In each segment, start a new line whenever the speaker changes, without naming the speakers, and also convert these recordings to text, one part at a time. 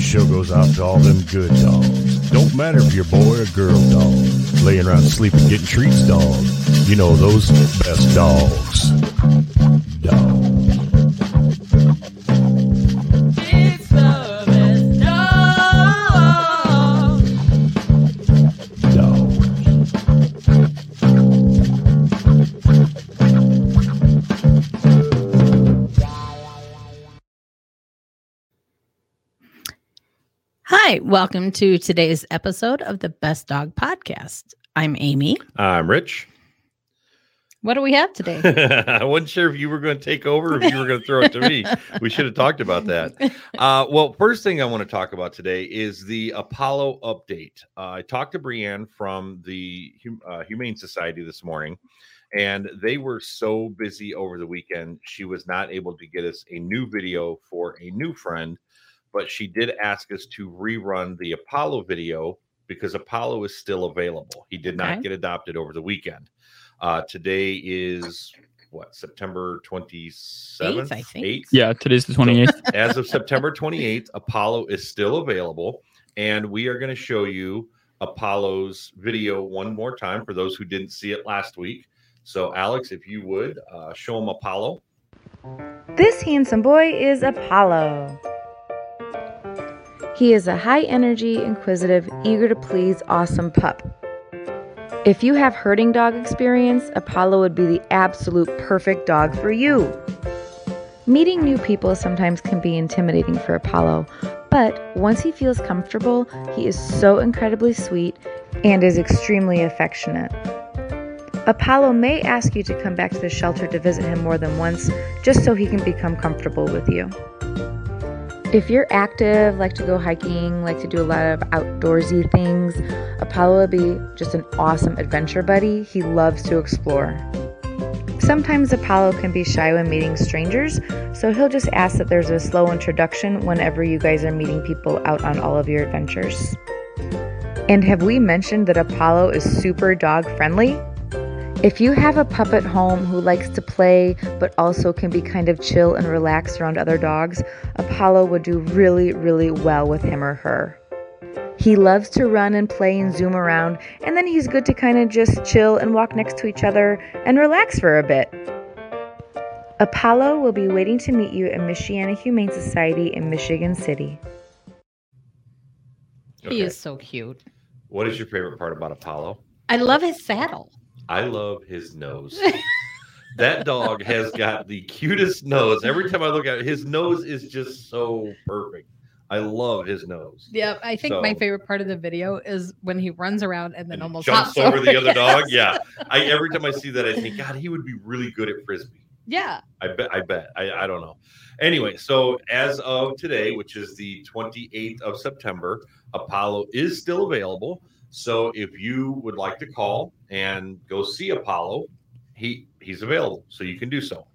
show goes out to all them good dogs. Don't matter if you're a boy or girl dog. Laying around sleeping, getting treats dog. You know, those best dogs. Dog.
It's the best dog.
Dog.
Hi, welcome to today's episode of the Best Dog Podcast. I'm Amy.
I'm Rich.
What do we have today?
I wasn't sure if you were going to take over, or if you were going to throw it to me. We should have talked about that. Uh, well, first thing I want to talk about today is the Apollo update. Uh, I talked to Brienne from the Hum- uh, Humane Society this morning, and they were so busy over the weekend, she was not able to get us a new video for a new friend, but she did ask us to rerun the Apollo video because Apollo is still available. He did
Okay.
not get adopted over the weekend. Uh, today is what September 27th,
Eighth, I think.
8th?
Yeah, today's the 28th.
as of September 28th, Apollo is still available, and we are going to show you Apollo's video one more time for those who didn't see it last week. So, Alex, if you would uh, show them Apollo.
This handsome boy is Apollo. He is a high energy, inquisitive, eager to please, awesome pup. If you have herding dog experience, Apollo would be the absolute perfect dog for you. Meeting new people sometimes can be intimidating for Apollo, but once he feels comfortable, he is so incredibly sweet and is extremely affectionate. Apollo may ask you to come back to the shelter to visit him more than once, just so he can become comfortable with you. If you're active, like to go hiking, like to do a lot of outdoorsy things, Apollo would be just an awesome adventure buddy. He loves to explore. Sometimes Apollo can be shy when meeting strangers, so he'll just ask that there's a slow introduction whenever you guys are meeting people out on all of your adventures. And have we mentioned that Apollo is super dog friendly? If you have a pup at home who likes to play but also can be kind of chill and relaxed around other dogs, Apollo would do really, really well with him or her. He loves to run and play and zoom around, and then he's good to kind of just chill and walk next to each other and relax for a bit. Apollo will be waiting to meet you at Michiana Humane Society in Michigan City.
He is so cute.
What is your favorite part about Apollo?
I love his saddle.
I love his nose. that dog has got the cutest nose. Every time I look at it, his nose is just so perfect. I love his nose.
Yeah, I think my
So-
favorite part of the video is when he runs around and then
and
almost
jumps
hops
over the other
yes.
dog. Yeah, I every time I see that, I think, God, he would be really good at frisbee.
Yeah.
I bet. I bet. I, I don't know. Anyway, so as of today, which is the 28th of September, Apollo is still available. So if you would like to call and go see Apollo, he he's available, so you can do so.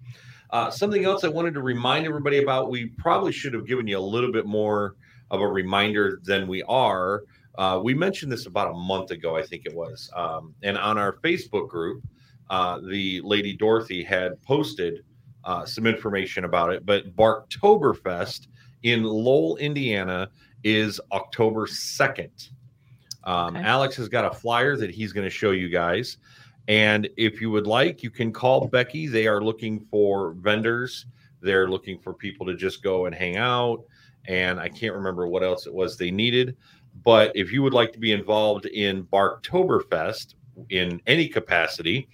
Uh, something else I wanted to remind everybody about. We probably should have given you a little bit more of a reminder than we are. Uh, we mentioned this about a month ago, I think it was, um, and on our Facebook group, uh, the lady Dorothy had posted uh, some information about it. But Barktoberfest in Lowell, Indiana is October 2nd. Um,
Okay.
Alex has got a flyer that he's going to show you guys. And if you would like, you can call Becky. They are looking for vendors, they're looking for people to just go and hang out. And I can't remember what else it was they needed. But if you would like to be involved in Barktoberfest in any capacity,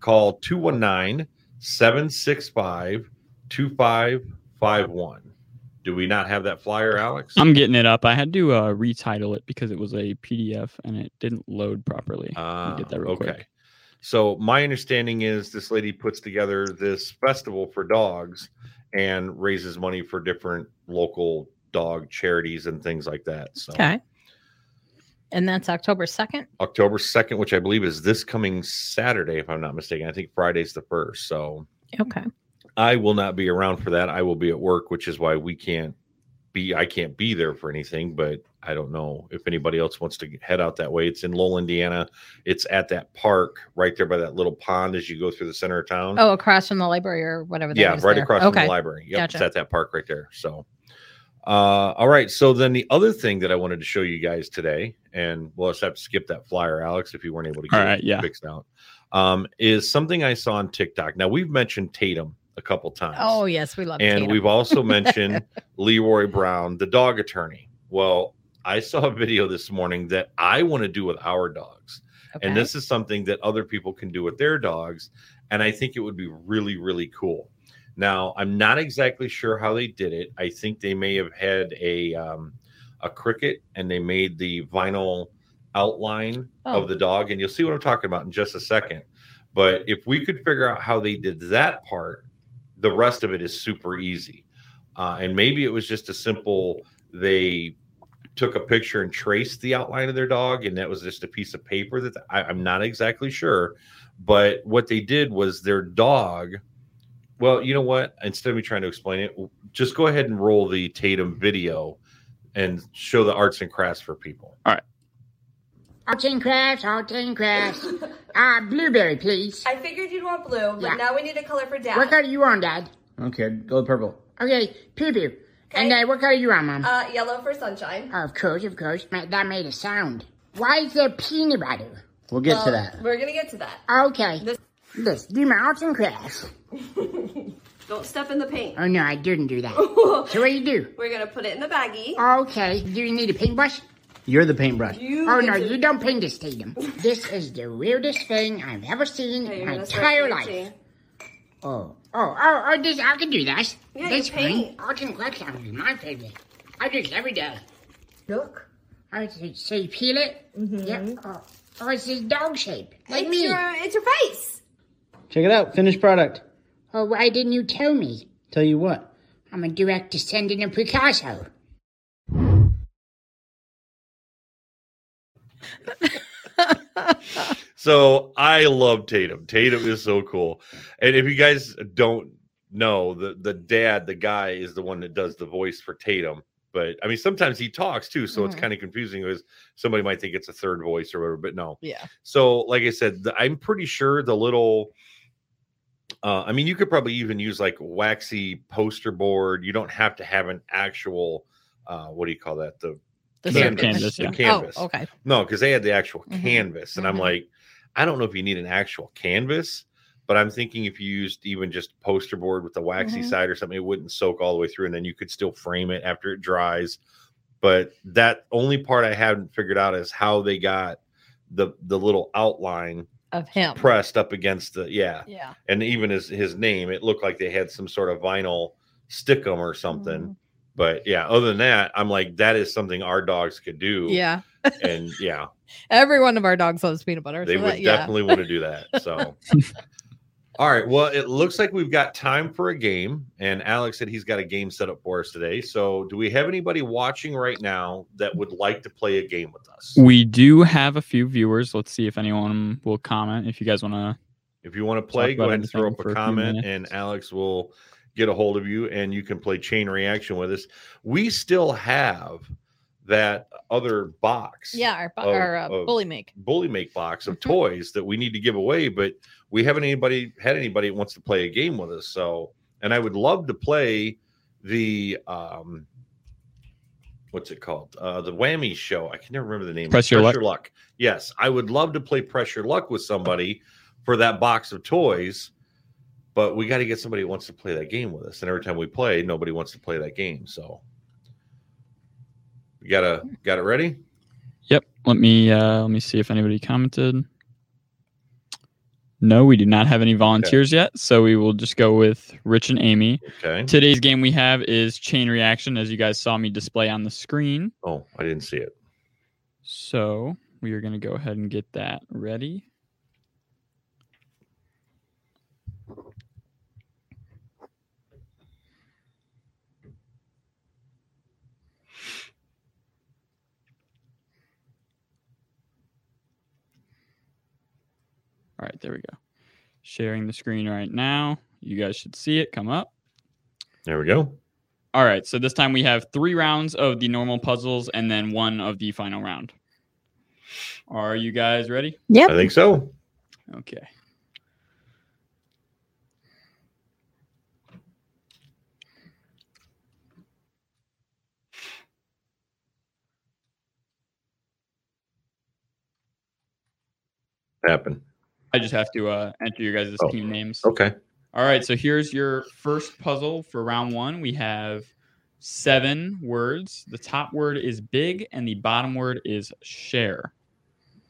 call 219 765 2551. Do we not have that flyer, Alex?
I'm getting it up. I had to uh, retitle it because it was a PDF and it didn't load properly.
Ah,
get that real quick.
So my understanding is this lady puts together this festival for dogs and raises money for different local dog charities and things like that. So
Okay. And that's October 2nd.
October 2nd, which I believe is this coming Saturday, if I'm not mistaken. I think Friday's the first. So
Okay.
I will not be around for that. I will be at work, which is why we can't be. I can't be there for anything. But I don't know if anybody else wants to head out that way. It's in Lowell, Indiana. It's at that park right there by that little pond as you go through the center of town.
Oh, across from the library or whatever. that
yeah,
is
right
Oh, there.
across
okay.
from the library. Yep, it's
Gotcha.
at that park right there. So, Uh, all right. So then the other thing that I wanted to show you guys today, and we'll just have to skip that flyer, Alex, if you weren't able to get
All right,
it
yeah.
fixed out, um, is something I saw on TikTok. Now we've mentioned Tatum a couple times.
Oh yes, we love
and
Tatum.
we've also mentioned Leroy Brown, the dog attorney. Well, I saw a video this morning that I want to do with our dogs. And
Okay.
this is something that other people can do with their dogs. And I think it would be really, really cool. Now, I'm not exactly sure how they did it. I think they may have had a um, a cricket and they made the vinyl outline
Oh.
of the dog. And you'll see what I'm talking about in just a second. But if we could figure out how they did that part, the rest of it is super easy. Uh, and maybe it was just a simple they took a picture and traced the outline of their dog, and that was just a piece of paper that I, I'm not exactly sure. But what they did was their dog. Well, you know what? Instead of me trying to explain it, just go ahead and roll the Tatum video and show the arts and crafts for people.
Arts and crafts, arts and crafts. Ah, blueberry, please.
I figured you'd want blue, but
Yeah.
now we need a color for dad.
What color you on, Dad?
Okay, go with purple.
Okay, poo poo. And uh, what color you on, Mom?
Uh, yellow for sunshine.
of course, of course. Ma- That made a sound. Why is there peanut butter?
We'll get to
Well,
that.
We're gonna get to that.
Okay.
This-
Let's do my arts and crafts.
Don't step in the paint.
Oh no, I didn't do that. so what do you do?
We're gonna put it in the baggie.
Okay, do you need a paintbrush?
You're the paintbrush.
You
Oh
get
no,
to-
you don't paint this, Tatum. This is the weirdest thing I've ever seen
Okay,
in
you're
my
gonna start
entire
painting.
life. Oh, oh, oh, oh, this, I can do that.
Yeah,
That's
you paint.
fine. Arts and crafts are my favorite. I do it every day.
Look.
I say, say peel it. Yeah. Oh, oh, it's this dog shape, like
it's
me.
Mm-hmm. your it's your face.
Check it out. Finished product.
Oh, why didn't you tell me?
Tell you what.
I'm a direct descendant of Picasso.
So I love Tatum. Tatum is so cool. And if you guys don't know, the the dad, the guy, is the one that does the voice for Tatum. But I mean, sometimes he talks too, so
Mhm.
it's kind of confusing because somebody might think it's a third voice or whatever. But no.
Yeah.
So, like I said, the, I'm pretty sure the little. Uh, I mean, you could probably even use like waxy poster board. You don't have to have an actual. Uh, what do you call that? The
The
Canvas.
circle.
Canvas,
the
yeah.
canvas.
Oh, okay.
No, because they had the actual
Mhm.
canvas. And
Mhm.
I'm like, I don't know if you need an actual canvas, but I'm thinking if you used even just poster board with the waxy
Mhm.
side or something, it wouldn't soak all the way through. And then you could still frame it after it dries. But that only part I haven't figured out is how they got the the little outline
Of him.
pressed up against the yeah.
yeah.
And even his his name, it looked like they had some sort of vinyl stickum or something. But yeah, other than that, I'm like, that is something our dogs could do.
Yeah.
And yeah.
Every one of our dogs loves peanut butter.
They
so
would
that- yeah.
definitely want to do that. So, all right. Well, it looks like we've got time for a game, and Alex said he's got a game set up for us today. So, do we have anybody watching right now that would like to play a game with us?
We do have a few viewers. Let's see if anyone will comment. If you guys want to,
If you want to play, go
about
ahead and throw
anything
up
for
a
a few
comment, and
minutes.
Alex will get a hold of you, and you can play chain reaction with us. We still have that other box.
Yeah, our, bu-
of-
our uh,
of-
bully make.
bully make box of
Mhm.
toys that we need to give away, but we haven't anybody had anybody that wants to play a game with us. So, and I would love to play the um, what's it called? Uh, the Whammy Show. I can never remember the name.
Press Your Luck.
luck. Yes, I would love to play pressure luck with somebody for that box of toys. But we got to get somebody who wants to play that game with us. And every time we play, nobody wants to play that game. So, you gotta got it ready.
yep. Let me uh, let me see if anybody commented. No, we do not have any volunteers yet, so we will just go with Rich and Amy.
Okay.
Today's game we have is chain reaction, as you guys saw me display on the screen.
Oh, I didn't see it.
So we are going to go ahead and get that ready. All right, there we go. Sharing the screen right now. You guys should see it come up.
There we go.
All right, so this time we have three rounds of the normal puzzles and then one of the final round. Are you guys ready?
I think so.
Okay.
happen?
I just have to uh, enter your guys'
Oh.
team names.
Okay.
All right, so here's your first puzzle for round one. We have seven words. The top word is big, and the bottom word is share.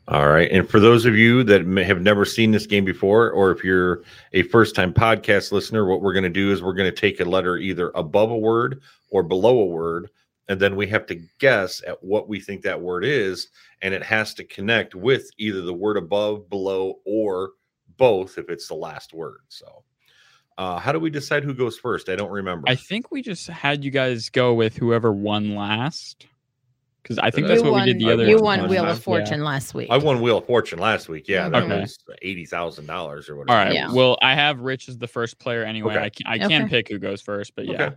All right. And for those of you that may have never seen this game before, or if you're a first time podcast listener, what we're going to do is we're going to take a letter either above a word or below a word. And then we have to guess at what we think that word is. And it has to connect with either the word above, below, or both if it's the last word. So, uh, how do we decide who goes first? I don't remember.
I think we just had you guys go with whoever won last, because I think
You
that's what
won,
we did the other.
You
one
won Wheel
time.
of Fortune last week.
I won Wheel of Fortune last week. Yeah, that
Okay.
was eighty thousand dollars or
All
whatever.
right.
Yeah.
Well, I have Rich as the first player anyway.
Okay.
I can, I can
Okay.
pick who goes first, but yeah,
Okay.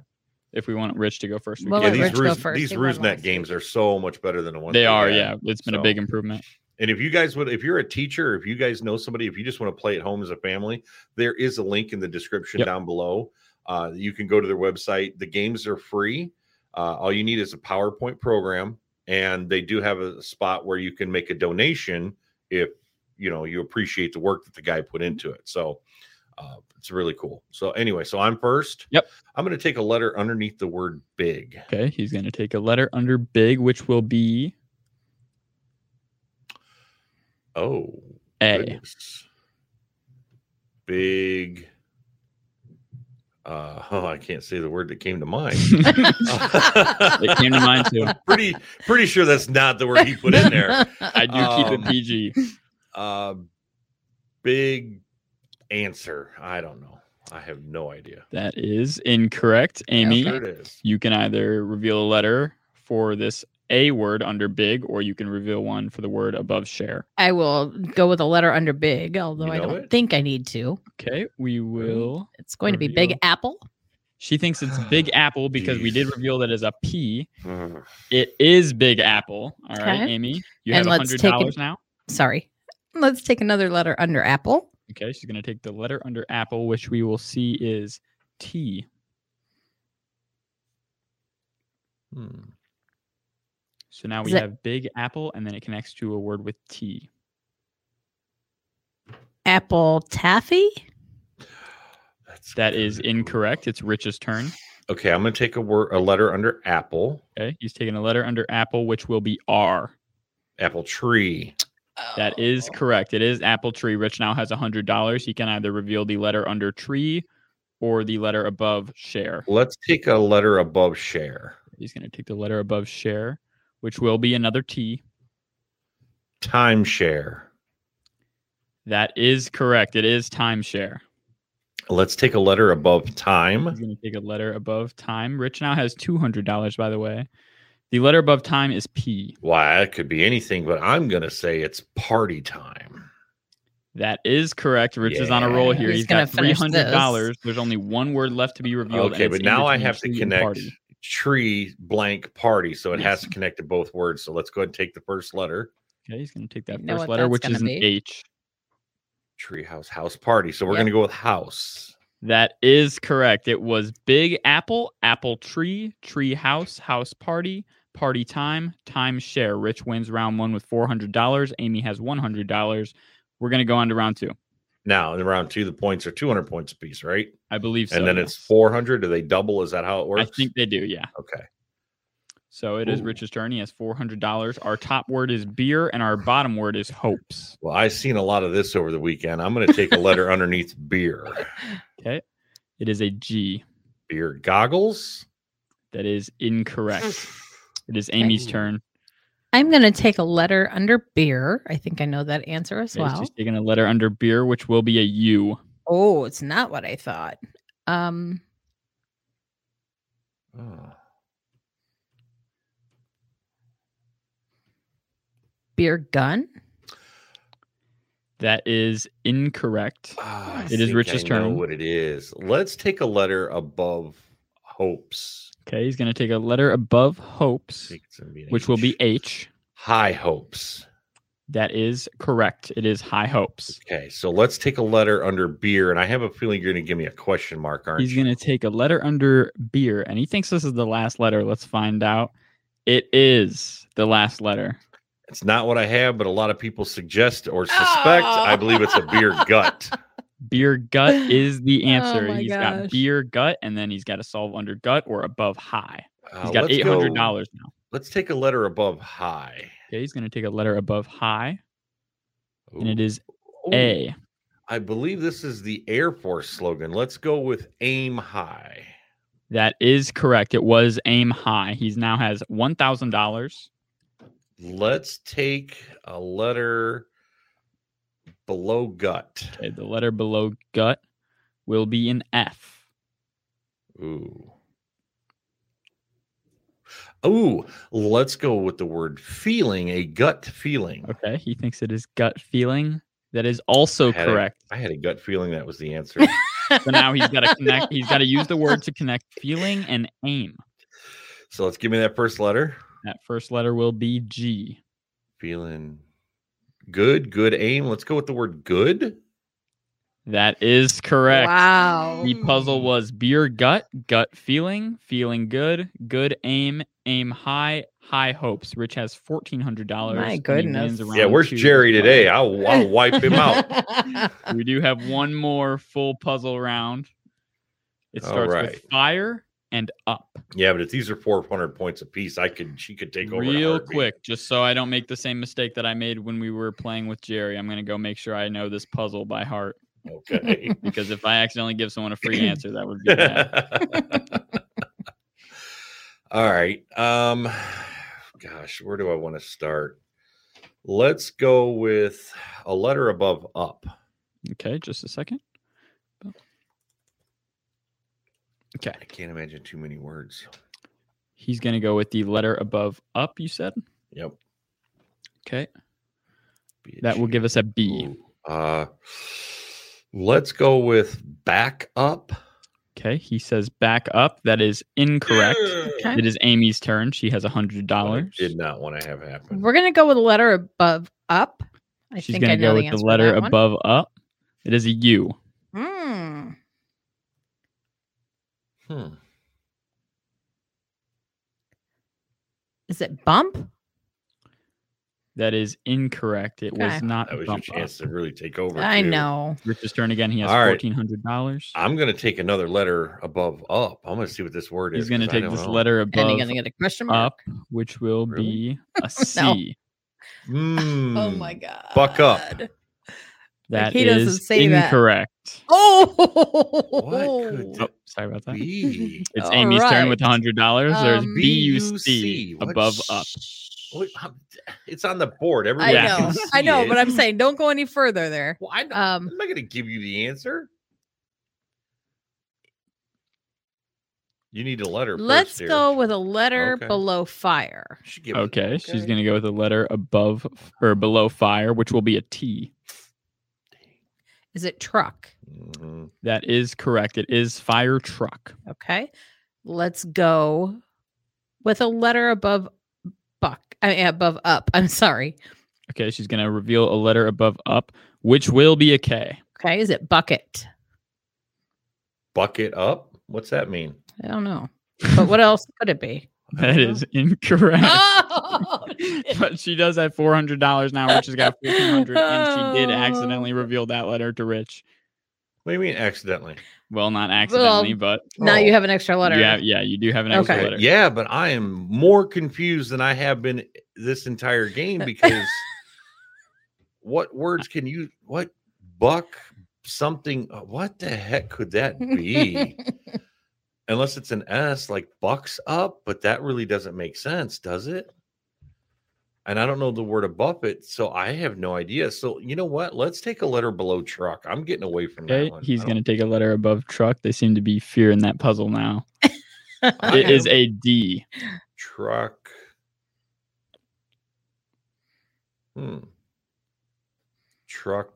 if we want Rich to go first, we
Well,
can.
Yeah,
let
these
Rich go
Ruse,
first.
these
He won
Rusenet
last
games
week.
are so much better than the ones
they
we
are.
had.
Yeah, it's been
So-
a big improvement.
And if you guys would, if you're a teacher, if you guys know somebody, if you just want to play at home as a family, there is a link in the description
Yep.
down below. Uh, you can go to their website. The games are free. Uh, all you need is a PowerPoint program, and they do have a spot where you can make a donation if you know you appreciate the work that the guy put into it. So uh, it's really cool. So anyway, so I'm first.
Yep.
I'm going to take a letter underneath the word big.
Okay, he's going to take a letter under big, which will be
Oh,
A.
Goodness. Big. Uh, oh, I can't say the word that came to mind.
It came to mind too.
pretty, pretty sure that's not the word he put in there.
I do keep
Um,
it PG.
Uh, big answer. I don't know. I have no idea.
That is incorrect, Amy.
There it is.
You can either reveal a letter for this A word under big, or you can reveal one for the word above share.
I will go with a letter under big, although
You
I
know
don't
it?
think I need to.
Okay, we will.
It's going to be
Reveal.
Big Apple.
She thinks it's Big Apple because we did
Jeez.
reveal that as a P.
Mm.
It is Big Apple. All right,
Okay.
Amy. You
And
have
let's
hundred
take
dollars
it-
now.
Sorry. Let's take another letter under Apple.
Okay, she's gonna take the letter under apple, which we will see is T.
Hmm.
So now
Is
we
that-
have big apple, and then it connects to a word with T.
Apple Taffy.
That's
That is
good.
incorrect. It's Rich's turn.
Okay, I'm gonna take a word, a letter under apple,
Okay, he's taking a letter under apple, which will be R.
apple tree.
That is correct. It is apple tree. Rich now has hundred dollars. He can either reveal the letter under tree or the letter above share.
Let's take a letter above share.
He's gonna take the letter above share, which will be another T.
Timeshare.
That is correct. It is timeshare.
Let's take a letter above time.
He's going to take a letter above time. Rich now has $200, by the way. The letter above time is P.
Why, it could be anything, but I'm going to say it's party time.
That is correct. Rich is on a roll
Yeah.
here.
He's
He's got
gonna finish
$300. There's only one word left to be revealed. and
okay,
it's
but
in
now I
between
have to
tree and
connect
party.
tree blank party. So it has
Yes.
to connect to both words. So let's go ahead and take the first letter
Okay, he's going to take that
You know
first
what
letter,
that's
which
gonna
is an
be?
H.
tree house, house party. So we're
Yep.
going to go with house.
That is correct. It was Big Apple, Apple Tree, Tree House, House Party, Party Time, Time Share. Rich wins round one with $400. Amy has $100. We're going to go on to round two.
Now, in round two, the points are 200 points apiece, right?
I believe so.
and then
yes.
it's 400. Do they double? Is that how it works?
I think they do, yeah.
Okay.
So it is
Ooh.
Rich's turn. He has four hundred dollars. Our top word is beer, and our bottom word is hopes.
Well, I've seen a lot of this over the weekend. I'm going to take a letter underneath beer.
It is a G.
Beer goggles.
That is incorrect. It is Amy's turn.
I'm going to take a letter under beer. I think I know that answer as
Okay,
well.
She's taking a letter under beer, which will be a U.
Oh, it's not what I thought. Um,
Oh.
beer gun.
That is incorrect.
Ah, I
It is
think
Rich's
I know
turn.
what it is? Let's take a letter above hopes.
Okay, he's gonna take a letter above hopes,
I think it's gonna be an
which will
H.
be H.
high hopes.
That is correct. It is high hopes.
Okay, so let's take a letter under beer, and I have a feeling you're gonna give me a question mark, aren't
He's
you?
going to take a letter under beer, and he thinks this is the last letter. Let's find out. It is the last letter.
It's not what I have, but a lot of people suggest or suspect.
Oh.
I believe it's a beer gut.
Beer gut is the
Oh
answer.
my
He's
gosh.
got beer gut, and then he's got to solve under gut or above high.
Uh,
He's got
let's
eight
go-
hundred dollars now.
Let's take a letter above high.
Okay, he's going to take a letter above high, and
Ooh.
it is
Ooh,
A.
I believe this is the Air Force slogan. Let's go with aim high.
That is correct. It was aim high. He's now has one thousand dollars.
Let's take a letter below gut.
Okay, the letter below gut will be an F.
Ooh. Ooh, let's go with the word feeling, a gut feeling.
Okay, he thinks it is gut feeling. That is also
Had it.
correct.
I had a gut feeling that was the answer.
So now he's got to connect. He's got to use the word to connect feeling and aim.
so let's give me that first letter.
That first letter will be G.
Feeling good, good aim. Let's go with the word good.
That is correct.
Wow.
The puzzle was beer gut, gut feeling, feeling good, good aim, aim high, high hopes. Rich has fourteen hundred dollars.
My goodness.
yeah, where's Jerry today? I'll, I'll wipe him out.
We do have one more full puzzle round. It
All
starts
right.
with fire and up.
Yeah, but if these are 400 points apiece, I could she could take over in a
real
heartbeat.
quick, just so I don't make the same mistake that I made when we were playing with Jerry. I'm gonna go make sure I know this puzzle by heart
Okay.
because if I accidentally give someone a free answer, that would be bad.
All right. Um gosh, where do I want to start? Let's go with a letter above up.
Okay, just a second. Okay.
I can't imagine too many words.
He's going to go with the letter above up, you said?
Yep.
Okay.
Be a
That will
G.
give us E. a B.
Ooh, Uh let's go with back up.
Okay. He says back up. That is incorrect.
Okay.
It is Amy's turn. She has a
What I
$100.
Did not want to have happen.
We're gonna go with a letter above up. I
She's
think I
going to
know the
go with
answer.
the
to
letter
that one.
above up. It is a U.
Hmm.
Hmm.
Is it bump?
That is incorrect. It was
Okay.
not
That was your
bump up.
chance to really take over.
I
too.
know.
Rich's turn again. He has
All right.
$1,400.
I'm gonna take another letter above up. I'm gonna see what this word is.
He's going to
'cause I
take
don't
this
know.
letter
And
above
you're gonna get a question mark.
up, which will
Really?
be a C.
Oh
Mm,
my god.
Buck up.
That is
He doesn't say that.
incorrect.
Oh.
What could
Oh,
that
sorry about that.
be?
It's
All
Amy's turn with
right.
hundred dollars. There's
Um,
B U C
BUC. What
above
sh-
up.
What- how- It's on the board.
I
Everybody
Yeah.
know.
can see
I know,
it.
but I'm saying don't go any further there.
Well, I know-
Um
I'm not gonna give you the answer. You need a letter. first
let's
here.
go with a letter
Okay.
below fire.
You should give it-
Okay, she's gonna go with a letter above f- or below fire, which will be a T.
Is it truck?
Mhm.
That is correct. It is fire truck.
Okay. Let's go with a letter above buck. I mean, above up. I'm sorry.
Okay, she's gonna reveal a letter above up, which will be a K.
Okay. Is it bucket?
Bucket up. What's that mean?
I don't know. But what else could it be?
That is incorrect.
oh,
but she does have four hundred dollars now, which has got fourteen hundred, and she did
Oh.
accidentally reveal that letter to Rich.
What do you mean accidentally?
Well, not accidentally,
now you have an extra
but
letter.
yeah, yeah, you do have an extra
Okay.
letter.
Yeah, but I am more confused than I have been this entire game because what words can you what buck something uh, what the heck could that be? Unless it's an S like bucks up, but that really doesn't make sense, does it? And I don't know the word above it, so I have no idea. So you know what? Let's take a letter below truck. I'm getting away from that
Okay,
one.
he's
I don't-
gonna take a letter above truck. They seem to be fearing that puzzle now.
I
It is
am
a D.
truck. Hmm. Truck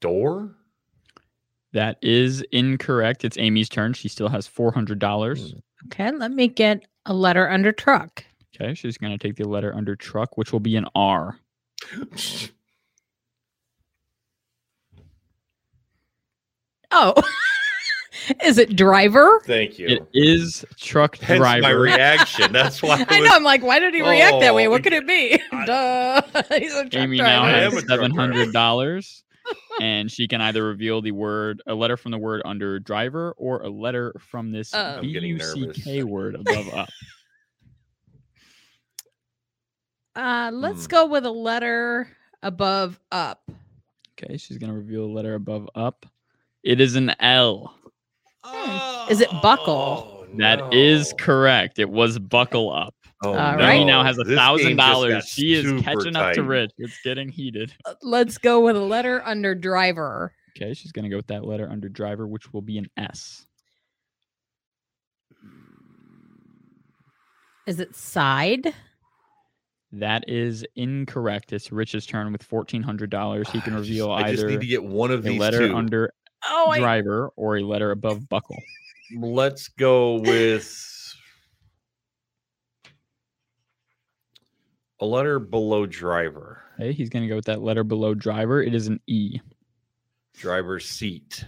door?
That is incorrect. It's Amy's turn. She still has four hundred
Mm.
dollars.
Okay. Let me get a letter under truck.
Okay, she's gonna take the letter under truck, which will be an R.
Oh. Is it driver?
Thank you.
It is truck
Hence my
driver.
reaction. That's why I,
I know.
was-
I'm like, why did he react that way?
Oh,
What could it be?
I-
Duh. He's a truck
Amy now
driver.
I am a
has
truck
seven
driver.
hundred dollars, and she can either reveal the word a letter from the word under driver or a letter from this
Uh.
B
I'm getting
U C K
nervous.
word above up.
Uh, let's
Hmm.
go with a letter above up.
Okay, she's gonna reveal a letter above up. It is an L.
Oh, Is it buckle?
That is correct. It was buckle up.
Oh,
All
Now
right.
Amy now has a
This game
thousand
just got
dollars. She is
super
catching up to
tight.
Rich. It's getting heated.
Uh, Let's go with a letter under driver.
Okay, she's gonna go with that letter under driver, which will be an S.
Is it side?
That is incorrect. It's Rich's turn with fourteen hundred dollars. He can
Ah, I just-
reveal
I just
either
need to get one of
a
these
letter
two.
under
Oh, I,
driver or a letter above buckle.
Let's go with a letter below driver.
Okay, he's gonna go with that letter below driver. It is an E.
Driver's seat.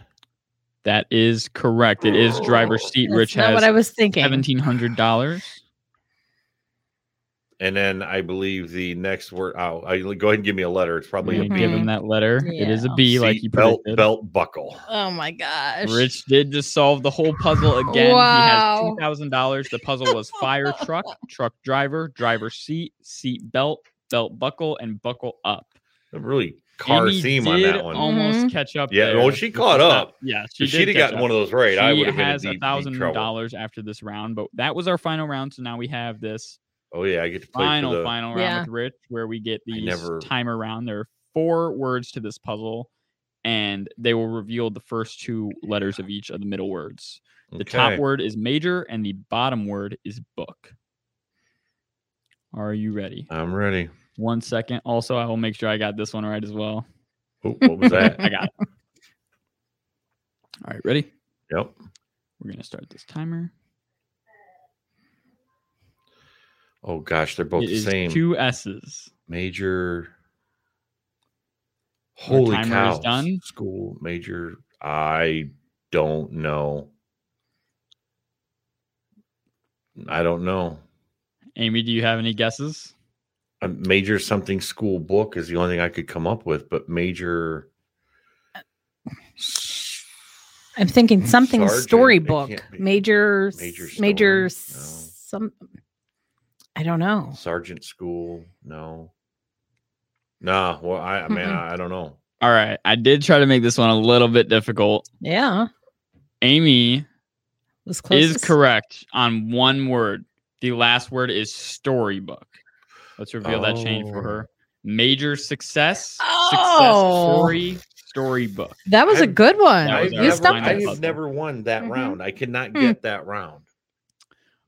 That is correct. It is driver seat.
Oh, that's
Rich
not what
has
I was thinking.
seventeen hundred dollars.
And then I believe the next word. Oh, I, go ahead and give me a letter. It's probably
Probably
a
Mhm.
B.
give him that letter. It is a B, Mm-hmm. like
Seat,
you
belt
predicted.
belt buckle.
Oh my gosh.
Rich did just solve the whole puzzle again. He
Wow.
has two thousand dollars. The puzzle was fire truck, truck driver, driver seat, seat belt, belt buckle, and buckle up.
A really car
Amy
theme
did
on that one.
Almost
Mhm.
catch up.
Yeah,
there.
well, she
This
caught
is
up.
Not, yeah, she
If she'd
did
have
catch
gotten
up.
one of those right,
she
I would have been in
has
deep,
a
deep
thousand
trouble.
dollars after this round, but that was our final round. So now we have this
Oh yeah, I get to play
final
for the
final round
Yeah.
with Rich, where we get the
never-
timer round. There are four words to this puzzle, and they will reveal the first two letters of each of the middle words. The top
Okay.
word is major, and the bottom word is book. Are you ready?
I'm ready.
One second. Also, I will make sure I got this one right as well.
Oh, what was that?
I got it. All right, ready?
yep.
We're gonna start this timer.
Oh gosh, they're both
It
the
is
same.
two S's.
major.
Our
Holy
timer is
cow!
done.
School major. I don't know. I don't know.
Amy, do you have any guesses?
A major something school book is the only thing I could come up with, but major
I'm thinking something
Sergeant, it
storybook.
can't be.
Major
Major
major major
story, no.
s- some I don't
Oh.
know.
sergeant school. No. Nah. Well, I I mean,
Mm-mm.
I, I don't know.
All right, I did try to make this one a little bit difficult.
Yeah. it
Amy
Was close.
is correct on one word. The last word is storybook. Let's reveal that change for
Oh.
her. Major success,
Oh.
success story, storybook.
That was a
I've-
good one.
That
I
was
You
our
never,
stumped
final
I
us.
puzzle.
have never won that
Mhm.
round. I cannot
Hmm.
get that round.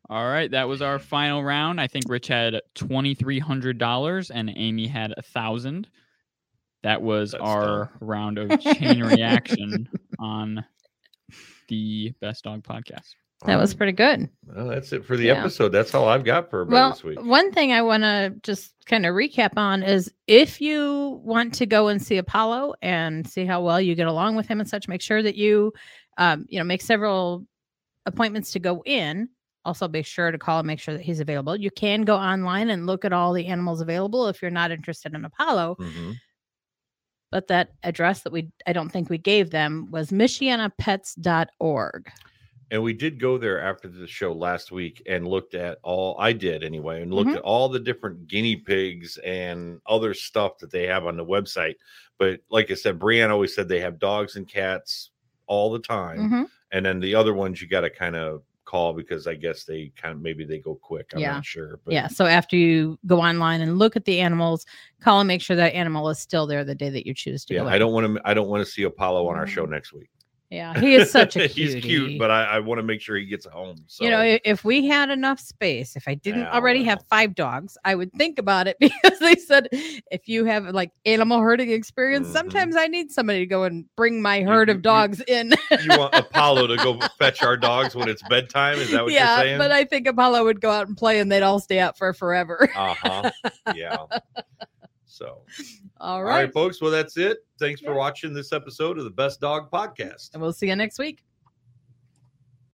All right, that was our final round. I think Rich had twenty three hundred dollars and Amy had a thousand. That was
That's
our round of chain reaction on the Best Dog podcast.
That was
Alright.
pretty good.
Um, Well, that's it for the
Yeah.
episode. That's all I've got for about
Well,
this week.
one thing I want to just kind of recap on is if you want to go and see Apollo and see how well you get along with him and such, make sure that you, um, you know, make several appointments to go in. Also, be sure to call and make sure that he's available. You can go online and look at all the animals available if you're not interested in Apollo.
Mhm.
But that address that we, I don't think we gave them, was michianapets.org.
And we did go there after the show last week and looked at all I did anyway, and looked
Mhm.
at all the different guinea pigs and other stuff that they have on the website. But like I said, Brianne always said they have dogs and cats all the time.
Mhm.
And then the other ones you got to kind of call because I guess they kind of maybe they go quick. I'm
Yeah.
not sure.
yeah. So after you go online and look at the animals, call and make sure that animal is still there the day that you choose to
Yeah,
go.
I
in.
don't want to. I don't want to see Apollo on our show next week.
Yeah, Mm. he is such a cutie.
He's cute, but I, I want to make sure he gets home. So
you know, i- if we had enough space, if I didn't
Yeah,
already
well.
have five dogs, I would think about it because they said if you have like animal herding experience,
Mhm.
sometimes I need somebody to go and bring my herd
you-
of dogs in.
you want Apollo to go fetch our dogs when it's bedtime? Is that what you're
yeah,
saying?
but I think Apollo would go out and play, and they'd all stay out for forever.
uh huh. Yeah. So,
all
all
right,
right, folks. Well, that's it. Thanks
Yeah.
for watching this episode of the Best Dog Podcast.
and we'll see you next week.